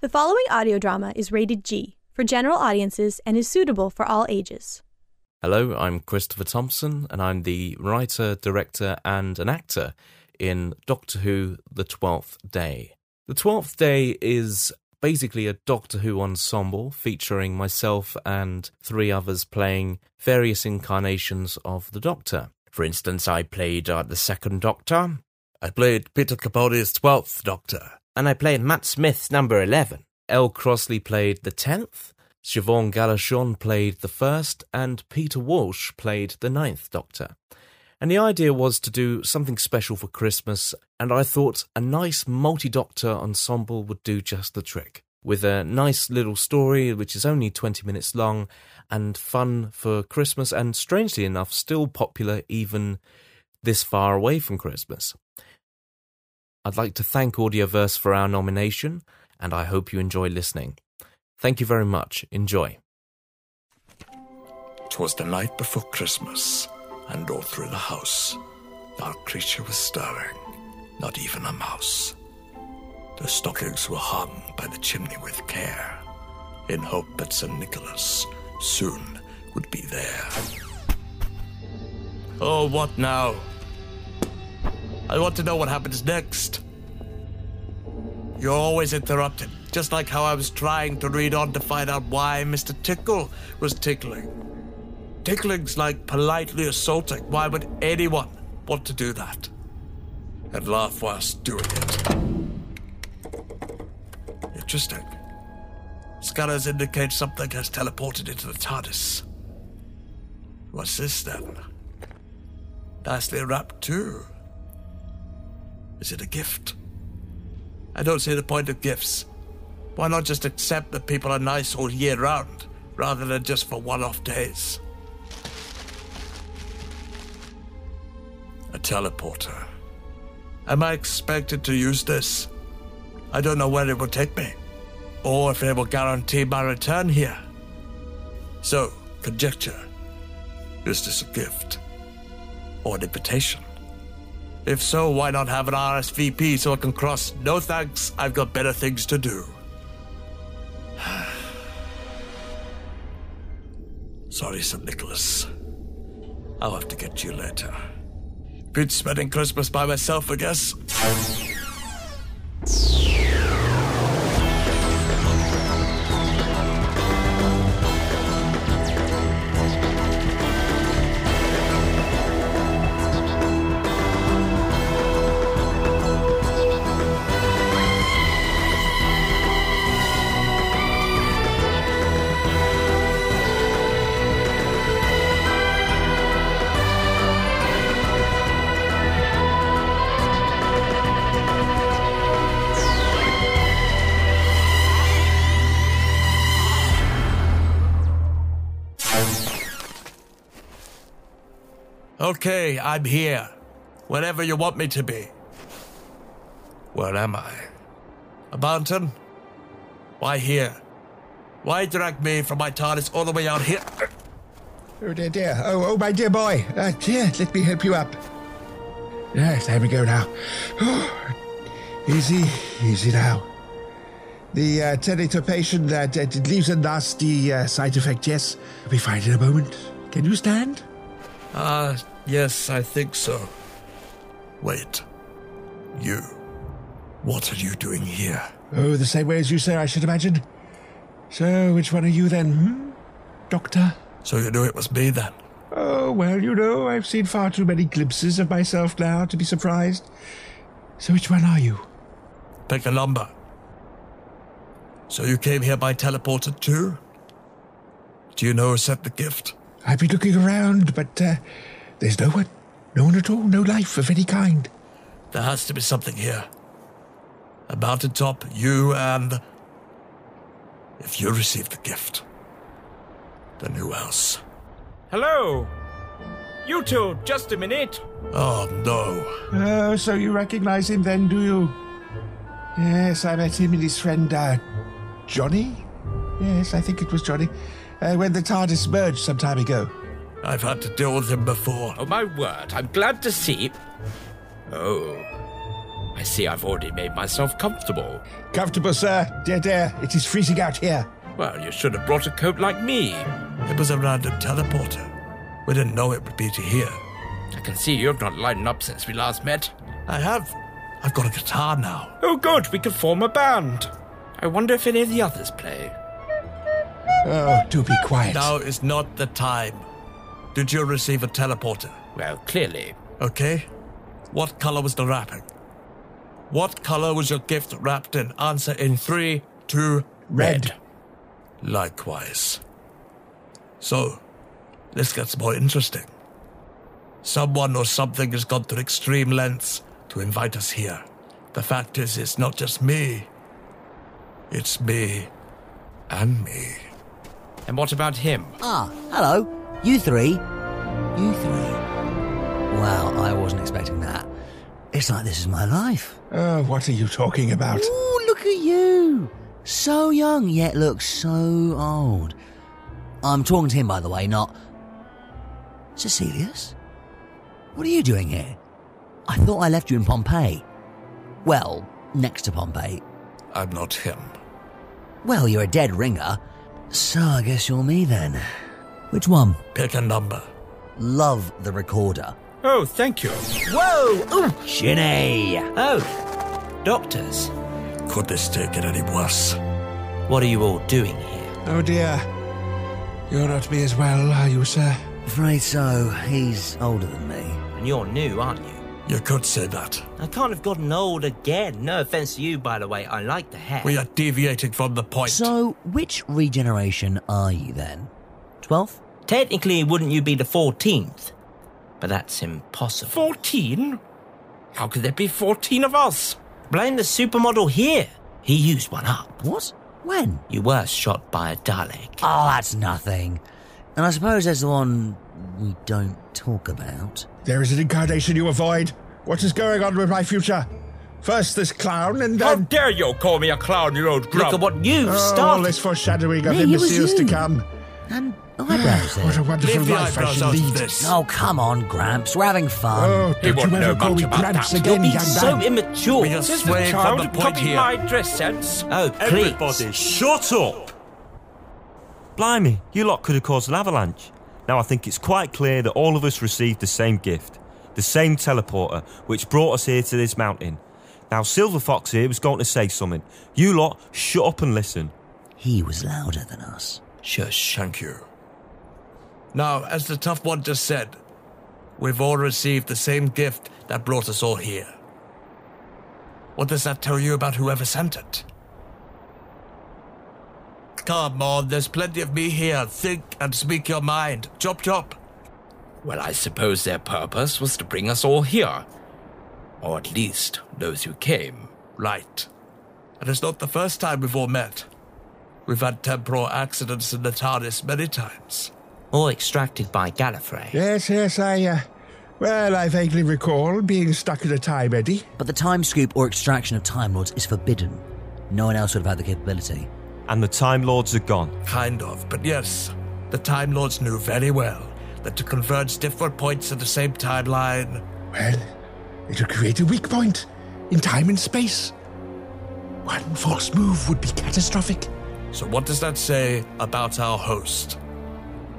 The following audio drama is rated G for general audiences and is suitable for all ages. Hello, I'm Christopher Thompson, and I'm the writer, director, and an actor in Doctor Who The Twelfth Day. The Twelfth Day is basically a Doctor Who ensemble featuring myself and three others playing various incarnations of the Doctor. For instance, I played uh, the Second Doctor, I played Peter Capaldi's Twelfth Doctor, and I played Matt Smith's number eleven. L. Crossley played the tenth, Siobhan Galachon played the first, and Peter Walsh played the ninth Doctor. And the idea was to do something special for Christmas, and I thought a nice multi doctor ensemble would do just the trick. With a nice little story, which is only 20 minutes long, and fun for Christmas, and strangely enough, still popular even this far away from Christmas. I'd like to thank Audioverse for our nomination, and I hope you enjoy listening. Thank you very much. Enjoy. 'Twas the night before Christmas, and all through the house, not a creature was stirring, not even a mouse. The stockings were hung by the chimney with care, in hope that St. Nicholas soon would be there. Oh, what now? I want to know what happens next. You're always interrupted, just like how I was trying to read on to find out why Mr. Tickle was tickling. Tickling's like politely assaulting. Why would anyone want to do that? And laugh whilst doing it. Interesting. Scanners indicate something has teleported into the TARDIS. What's this then? Nicely wrapped, too. Is it a gift? I don't see the point of gifts. Why not just accept that people are nice all year round, rather than just for one off days? A teleporter. Am I expected to use this? I don't know where it will take me, or if it will guarantee my return here. So, conjecture. Is this a gift? Or an invitation? If so, why not have an RSVP so I can cross? No thanks, I've got better things to do. Sorry, St. Nicholas. I'll have to get you later. Been spending Christmas by myself, I guess. Okay, I'm here. Wherever you want me to be. Where am I? A mountain? Why here? Why drag me from my TARDIS all the way out here? Oh dear, dear. Oh, oh, my dear boy. Uh, dear, let me help you up. Yes, there we go now. easy, easy now. The uh, teleportation that uh, leaves a nasty uh, side effect, yes. We'll be fine in a moment. Can you stand? Ah, yes, I think so. Wait. You. What are you doing here? Oh, the same way as you, sir, I should imagine. So, which one are you then, hmm? Doctor? So you knew it was me then? Oh, well, you know, I've seen far too many glimpses of myself now to be surprised. So, which one are you? Pick a number. So you came here by teleporter too? Do you know who sent the gift? I've been looking around, but uh, there's no one. No one at all. No life of any kind. There has to be something here. A mountaintop, you and. If you received the gift, then who else? Hello! You two, just a minute! Oh no. Oh, so you recognize him then, do you? Yes, I met him and his friend, uh, Johnny? Yes, I think it was Johnny. Uh, when the TARDIS merged some time ago. I've had to Oh, deal with him before. Oh, my word, I'm glad to see. Oh. I see I've already made myself comfortable. Comfortable, sir. Dead air. It is freezing out here. Well, you should have brought a coat like me. It was a random teleporter. We didn't know it would be to here. I can see you've not lightened up since we last met. I have. I've got a guitar now. Oh, good, we could form a band. I wonder if any of the others play. Oh, do be quiet. Now is not the time. Did you receive a teleporter? Well, clearly. Okay. What color was the wrapping? What color was your gift wrapped in? Answer in three, two, Red. Likewise. So, this gets more interesting. Someone or something has gone to extreme lengths to invite us here. The fact is, it's not just me. It's me and me. And what about him? Ah, hello. You three. You three. Wow, I wasn't expecting that. It's like this is my life. Oh, what are you talking about? Ooh, look at you. So young, yet looks so old. I'm talking to him, by the way, not. Cecilius? What are you doing here? I thought I left you in Pompeii. Well, next to Pompeii. I'm not him. Well, you're a dead ringer. So I guess you're me then. Which one? Pick a number. Love the recorder. Oh, thank you. Whoa! Uh, Oh, Ginny! Oh, doctors, Could this take it any worse? what are you all doing here? Oh, dear. You're not me as well, are you, sir? Afraid so. He's older than me. And you're new, aren't you? You could say that. I can't have gotten old again. No offense to you, by the way. I like the hair. We are deviating from the point. So, which regeneration are you then? Twelfth? Technically, wouldn't you be the 14th? But that's impossible. 14? How could there be 14 of us? Blame the supermodel here. He used one up. What? When? You were shot by a Dalek. Oh, that's nothing. And I suppose there's the one we don't talk about. There is an incarnation you avoid. What is going on with my future? First this clown, and How then dare you call me a clown, you old Look grub. at what you've oh, all started. this foreshadowing of Me, it was imbeciles to you. come. And eyebrows What a there. wonderful Leave the life I eyebrows shall out of lead. this. Oh, come on, Gramps. We're having fun. Oh, He don't won't you ever know call much me about Gramps that. again, You're being young so man. immature. We are Does the swaying from clown the point copy here. my dress sense? Oh, please. Everybody, shut up! Blimey, you lot could have caused an avalanche. Now I think it's quite clear that all of us received the same gift, the same teleporter, which brought us here to this mountain. Now Silver Fox here was going to say something. You lot, shut up and listen. He was louder than us. Shush, thank you. Now, as the tough one just said, we've all received the same gift that brought us all here. What does that tell you about whoever sent it? Come on, there's plenty of me here. Think and speak your mind. Chop chop. Well, I suppose their purpose was to bring us all here. Or at least those who came. Right. And it's not the first time we've all met. We've had temporal accidents in the TARDIS many times. All extracted by Gallifrey. Yes, yes, I. Uh, well, I vaguely recall being stuck in a time eddy. But the time scoop or extraction of Time Lords is forbidden. No one else would have had the capability. And the Time Lords are gone. Kind of, but yes, the Time Lords knew very well that to converge different points at the same timeline, Well, it would create a weak point in time and space. One false move would be catastrophic. so what does that say about our host?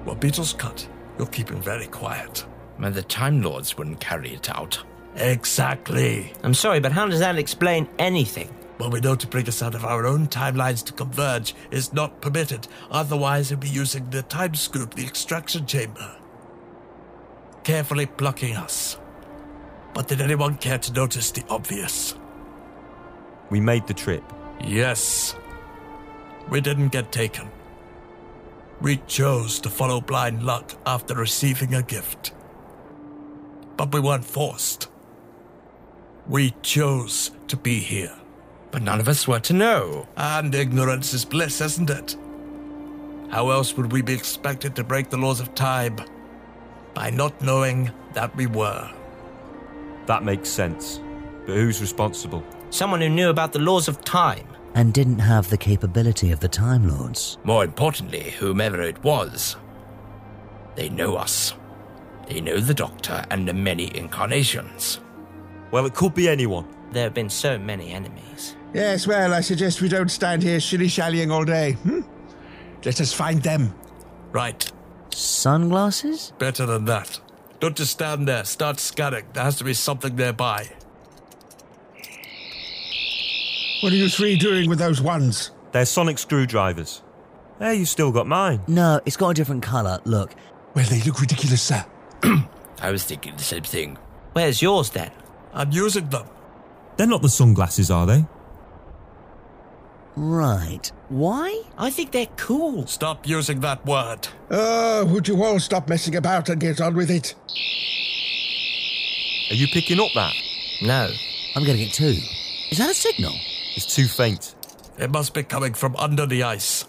Well, Beatles cut. You're keeping very quiet. And the Time Lords wouldn't carry it out. Exactly. I'm sorry, but how does that explain anything? Well, we know to bring us out of our own timelines to converge is not permitted, otherwise, we'd be using the time scoop, the extraction chamber. Carefully plucking us. But did anyone care to notice the obvious? We made the trip. Yes. We didn't get taken. We chose to follow blind luck after receiving a gift. But we weren't forced. We chose to be here. But none of us were to know. And ignorance is bliss, isn't it? How else would we be expected to break the laws of time? By not knowing that we were. That makes sense. But who's responsible? Someone who knew about the laws of time. And didn't have the capability of the Time Lords. More importantly, whomever it was, they know us. They know the Doctor and the many incarnations. Well, it could be anyone. There have been so many enemies. Yes, well, I suggest we don't stand here shilly shallying all day. Hmm? Let us find them. Right. Sunglasses? Better than that. Don't just stand there. Start scanning. There has to be something nearby. What are you three doing with those ones? They're sonic screwdrivers. Hey, you still got mine. No, it's got a different colour. Look, Well, they look ridiculous, sir. I was thinking the same thing. Where's yours then? I'm using them. They're not the sunglasses, are they? right. Why? I think they're cool. Stop using that word. Oh, would you all stop messing about and get on with it? Are you picking up that? No. I'm gonna get two. Is that a signal? It's too faint. It must be coming from under the ice.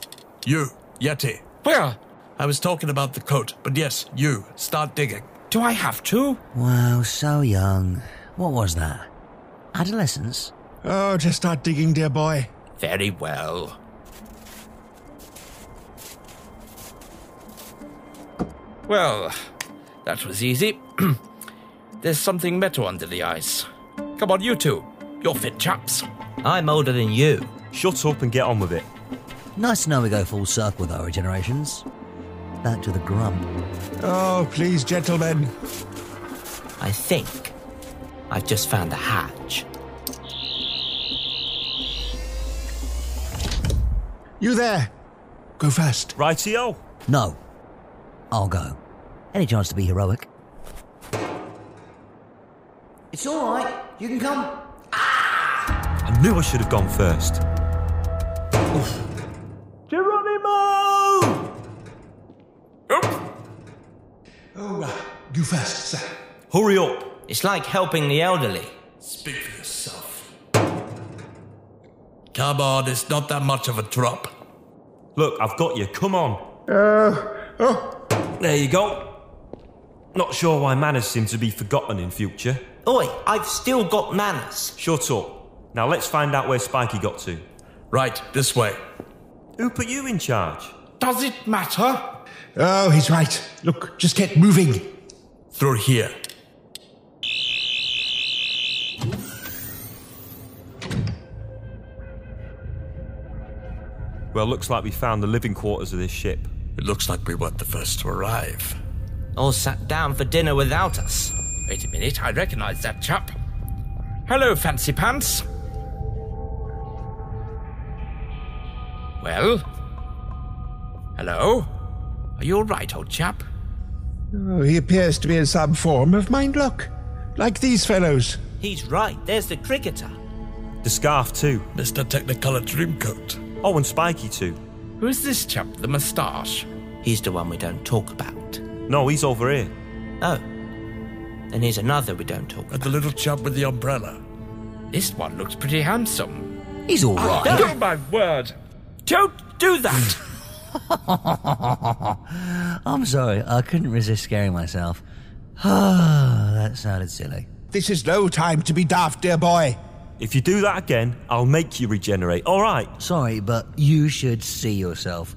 You, Yeti. Where? I was talking about the coat, but yes, you. Start digging. Do I have to? Wow, so young. What was that? Adolescence? Oh, just start digging, dear boy. Very well. Well, that was easy. There's something metal under the ice. Come on, you two. You're fit chaps. I'm older than you. Shut up and get on with it. Nice to know we go full circle with our regenerations. Back to the grump. Oh, please, gentlemen. I think I've just found a hatch. You there. Go first. Rightio. No. I'll go. Any chance to be heroic? It's alright. You can come. I knew I should have gone first. Geronimo! You first, sir. Hurry up. It's like helping the elderly. Speak for yourself. Come on, it's not that much of a drop. Look, I've got you. Come on. Oh, There you go. Not sure why manners seem to be forgotten in future. Oi, I've still got manners. Shut up. Now let's find out where Spikey got to. Right, this way. Who put you in charge? Does it matter? oh, he's right. Look, just get moving. Through here. Well, looks like we found the living quarters of this ship. It looks like we weren't the first to arrive. All sat down for dinner without us. Wait a minute, I recognize that chap. Hello, Fancy Pants. Well? Hello? Are you alright, old chap? Oh, he appears to be in some form of mind lock. Like these fellows. He's right, there's the cricketer. The scarf, too. Mr. Technicolor Dreamcoat. Oh, and Spikey, too. Who's this chap, the moustache? He's the one we don't talk about. No, he's over here. Oh. And here's another we don't talk And the little chap with the umbrella. This one looks pretty handsome. He's alright. about. my word! Don't do that! I'm sorry. I couldn't resist scaring myself. that sounded silly. This is no time to be daft, dear boy. If you do that again, I'll make you regenerate. All right. Sorry, but you should see yourself.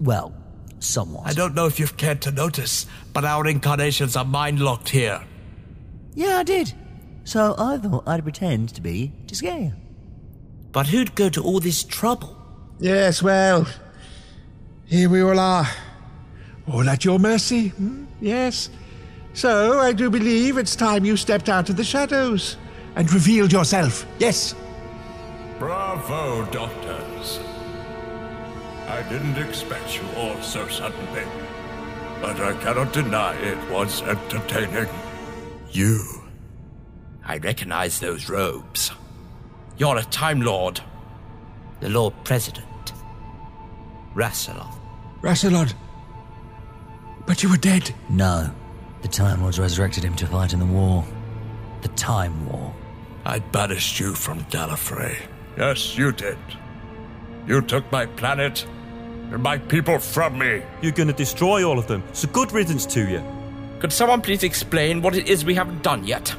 Well, somewhat. I don't know if you've cared to notice, but our incarnations are mind locked here. Yeah, I did. So I thought I'd pretend to be to scare you. but who'd go to all this trouble? Yes, well, here we all are. All at your mercy. hmm? Yes. So I do believe it's time you stepped out of the shadows and revealed yourself. Yes. Bravo, doctors. I didn't expect you all so suddenly, but I cannot deny it was entertaining. You. I recognize those robes. You're a Time Lord. The Lord President. Rassilon. Rassilon. But you were dead. No. The Time Lords resurrected him to fight in the war. The Time War. I banished you from Gallifrey. Yes, you did. You took my planet and my people from me. You're going to destroy all of them. So good riddance to you. Could someone please explain what it is we haven't done yet?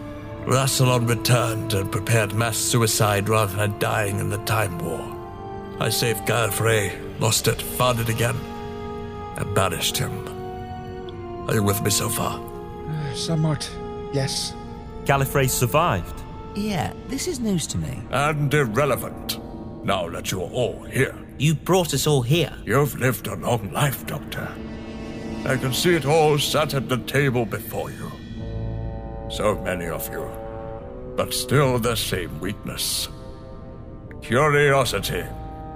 Rassilon returned and prepared mass suicide rather than dying in the Time War. I saved Gallifrey, lost it, found it again, and banished him. Are you with me so far? Somewhat. Yes. Gallifrey survived. Yeah, this is news to me. And irrelevant. Now that you're all here. You brought us all here. You've lived a long life, Doctor. I can see it all sat at the table before you. So many of you. But still the same weakness. Curiosity.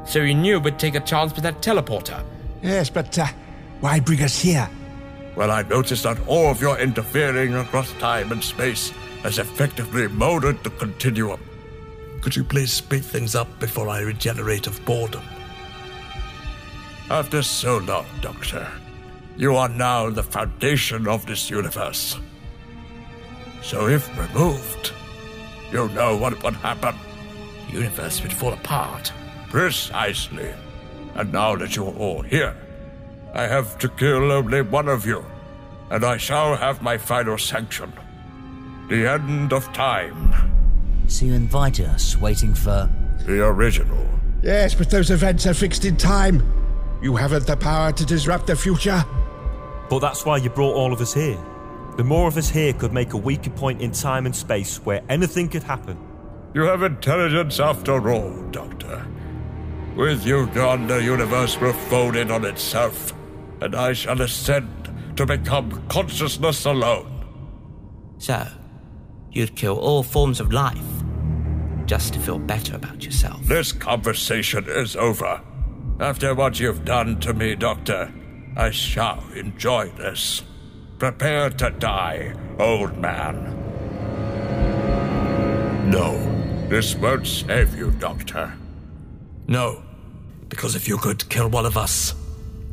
So you knew we'd take a chance with that teleporter. Yes, but uh, why bring us here? Well, I noticed that all of your interfering across time and space has effectively molded the continuum. Could you please speed things up before I regenerate of boredom? After so long, Doctor, you are now the foundation of this universe. So if removed, you know what would happen. The universe would fall apart. Precisely. And now that you're all here, I have to kill only one of you, and I shall have my final sanction. The end of time. So you invited us, waiting for. The original. Yes, but those events are fixed in time. You haven't the power to disrupt the future. But that's why you brought all of us here. The more of us here could make a weaker point in time and space where anything could happen. You have intelligence after all, Doctor. With you gone, the universe will fold in on itself, and I shall ascend to become consciousness alone. So, you'd kill all forms of life just to feel better about yourself. This conversation is over. After what you've done to me, Doctor, I shall enjoy this. Prepare to die, old man. No, this won't save you, Doctor. No. Because if you could kill one of us,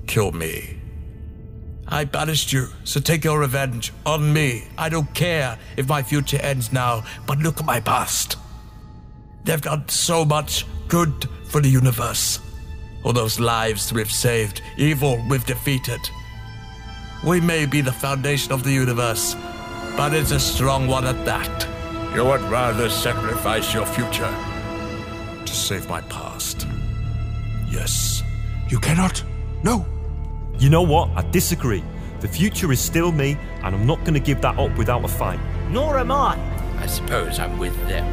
kill me. I banished you, so take your revenge on me. I don't care if my future ends now, but look at my past. They've done so much good for the universe. All those lives we've saved, evil we've defeated. We may be the foundation of the universe, but it's a strong one at that. You would rather sacrifice your future to save my past. Yes. You cannot. No. You know what? I disagree. The future is still me, and I'm not going to give that up without a fight. Nor am I. I suppose I'm with them.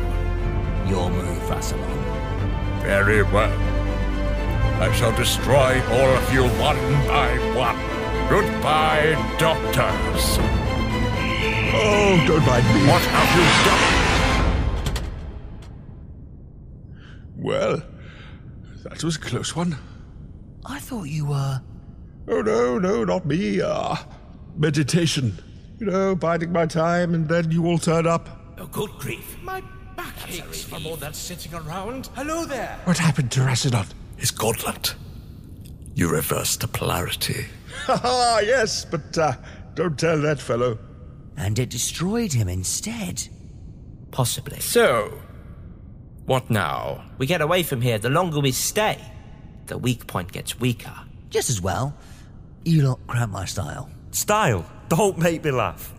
Your move, Rassilon. Very well. I shall destroy all of you one by one. Goodbye, doctors. Oh, don't mind me. What have you done? Well, that was a close one. I thought you were. Oh, no, no, not me. Uh, meditation. You know, biding my time, and then you all turn up. Oh, good grief. My back aches from all that sitting around. Hello there. What happened to Rassilon? His gauntlet. You reversed the polarity. Ha ha, yes, but uh, don't tell that fellow. And it destroyed him instead. Possibly. So, what now? We get away from here. The longer we stay, the weak point gets weaker. Just as well. You lot cramp my style. Style, don't make me laugh.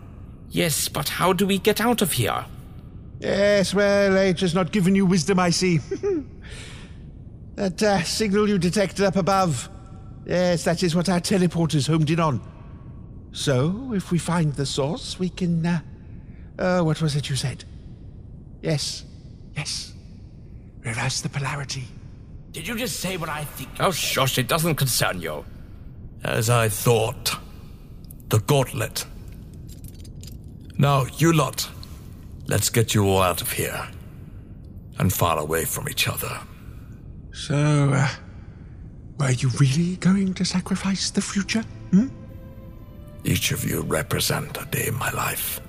Yes, but how do we get out of here? Yes, well, age has not given you wisdom, I see. that uh, signal you detected up above. Yes, that is what our teleporters homed in on. So, if we find the source, we can. Uh, uh, what was it you said? Yes, yes. Reverse the polarity. Did you just say what I think? Oh, shush, it doesn't concern you. As I thought. The gauntlet. Now, you lot, let's get you all out of here. And far away from each other. So, uh, were you really going to sacrifice the future? Hmm? Each of you represent a day in my life.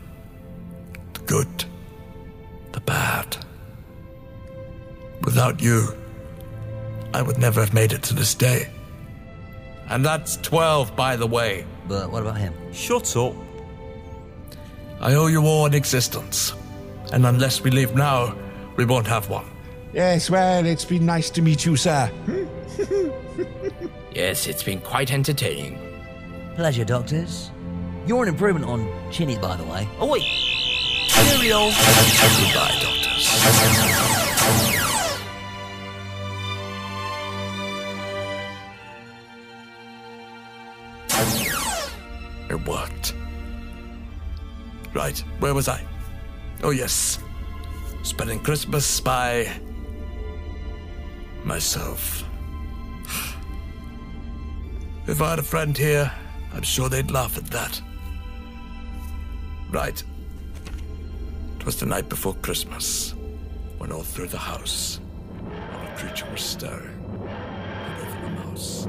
The good, the bad. Without you, I would never have made it to this day. And that's 12, by the way. But what about him? Shut up. I owe you all an existence. And unless we leave now, we won't have one. Yes, well, it's been nice to meet you, sir. Yes, it's been quite entertaining. Pleasure, doctors. You're an improvement on Chinny, by the way. Oh, wait. Cheerio. Goodbye, doctors. It worked. Right, where was I? Oh, yes. Spending Christmas by myself. If I had a friend here, I'm sure they'd laugh at that. Right. It was the night before Christmas when all through the house a creature was stirring, and even a mouse.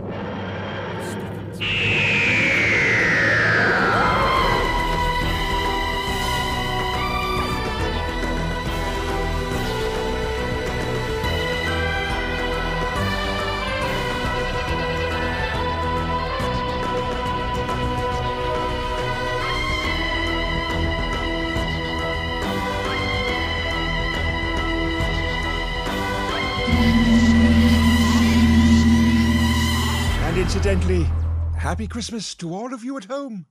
And incidentally, happy Christmas to all of you at home.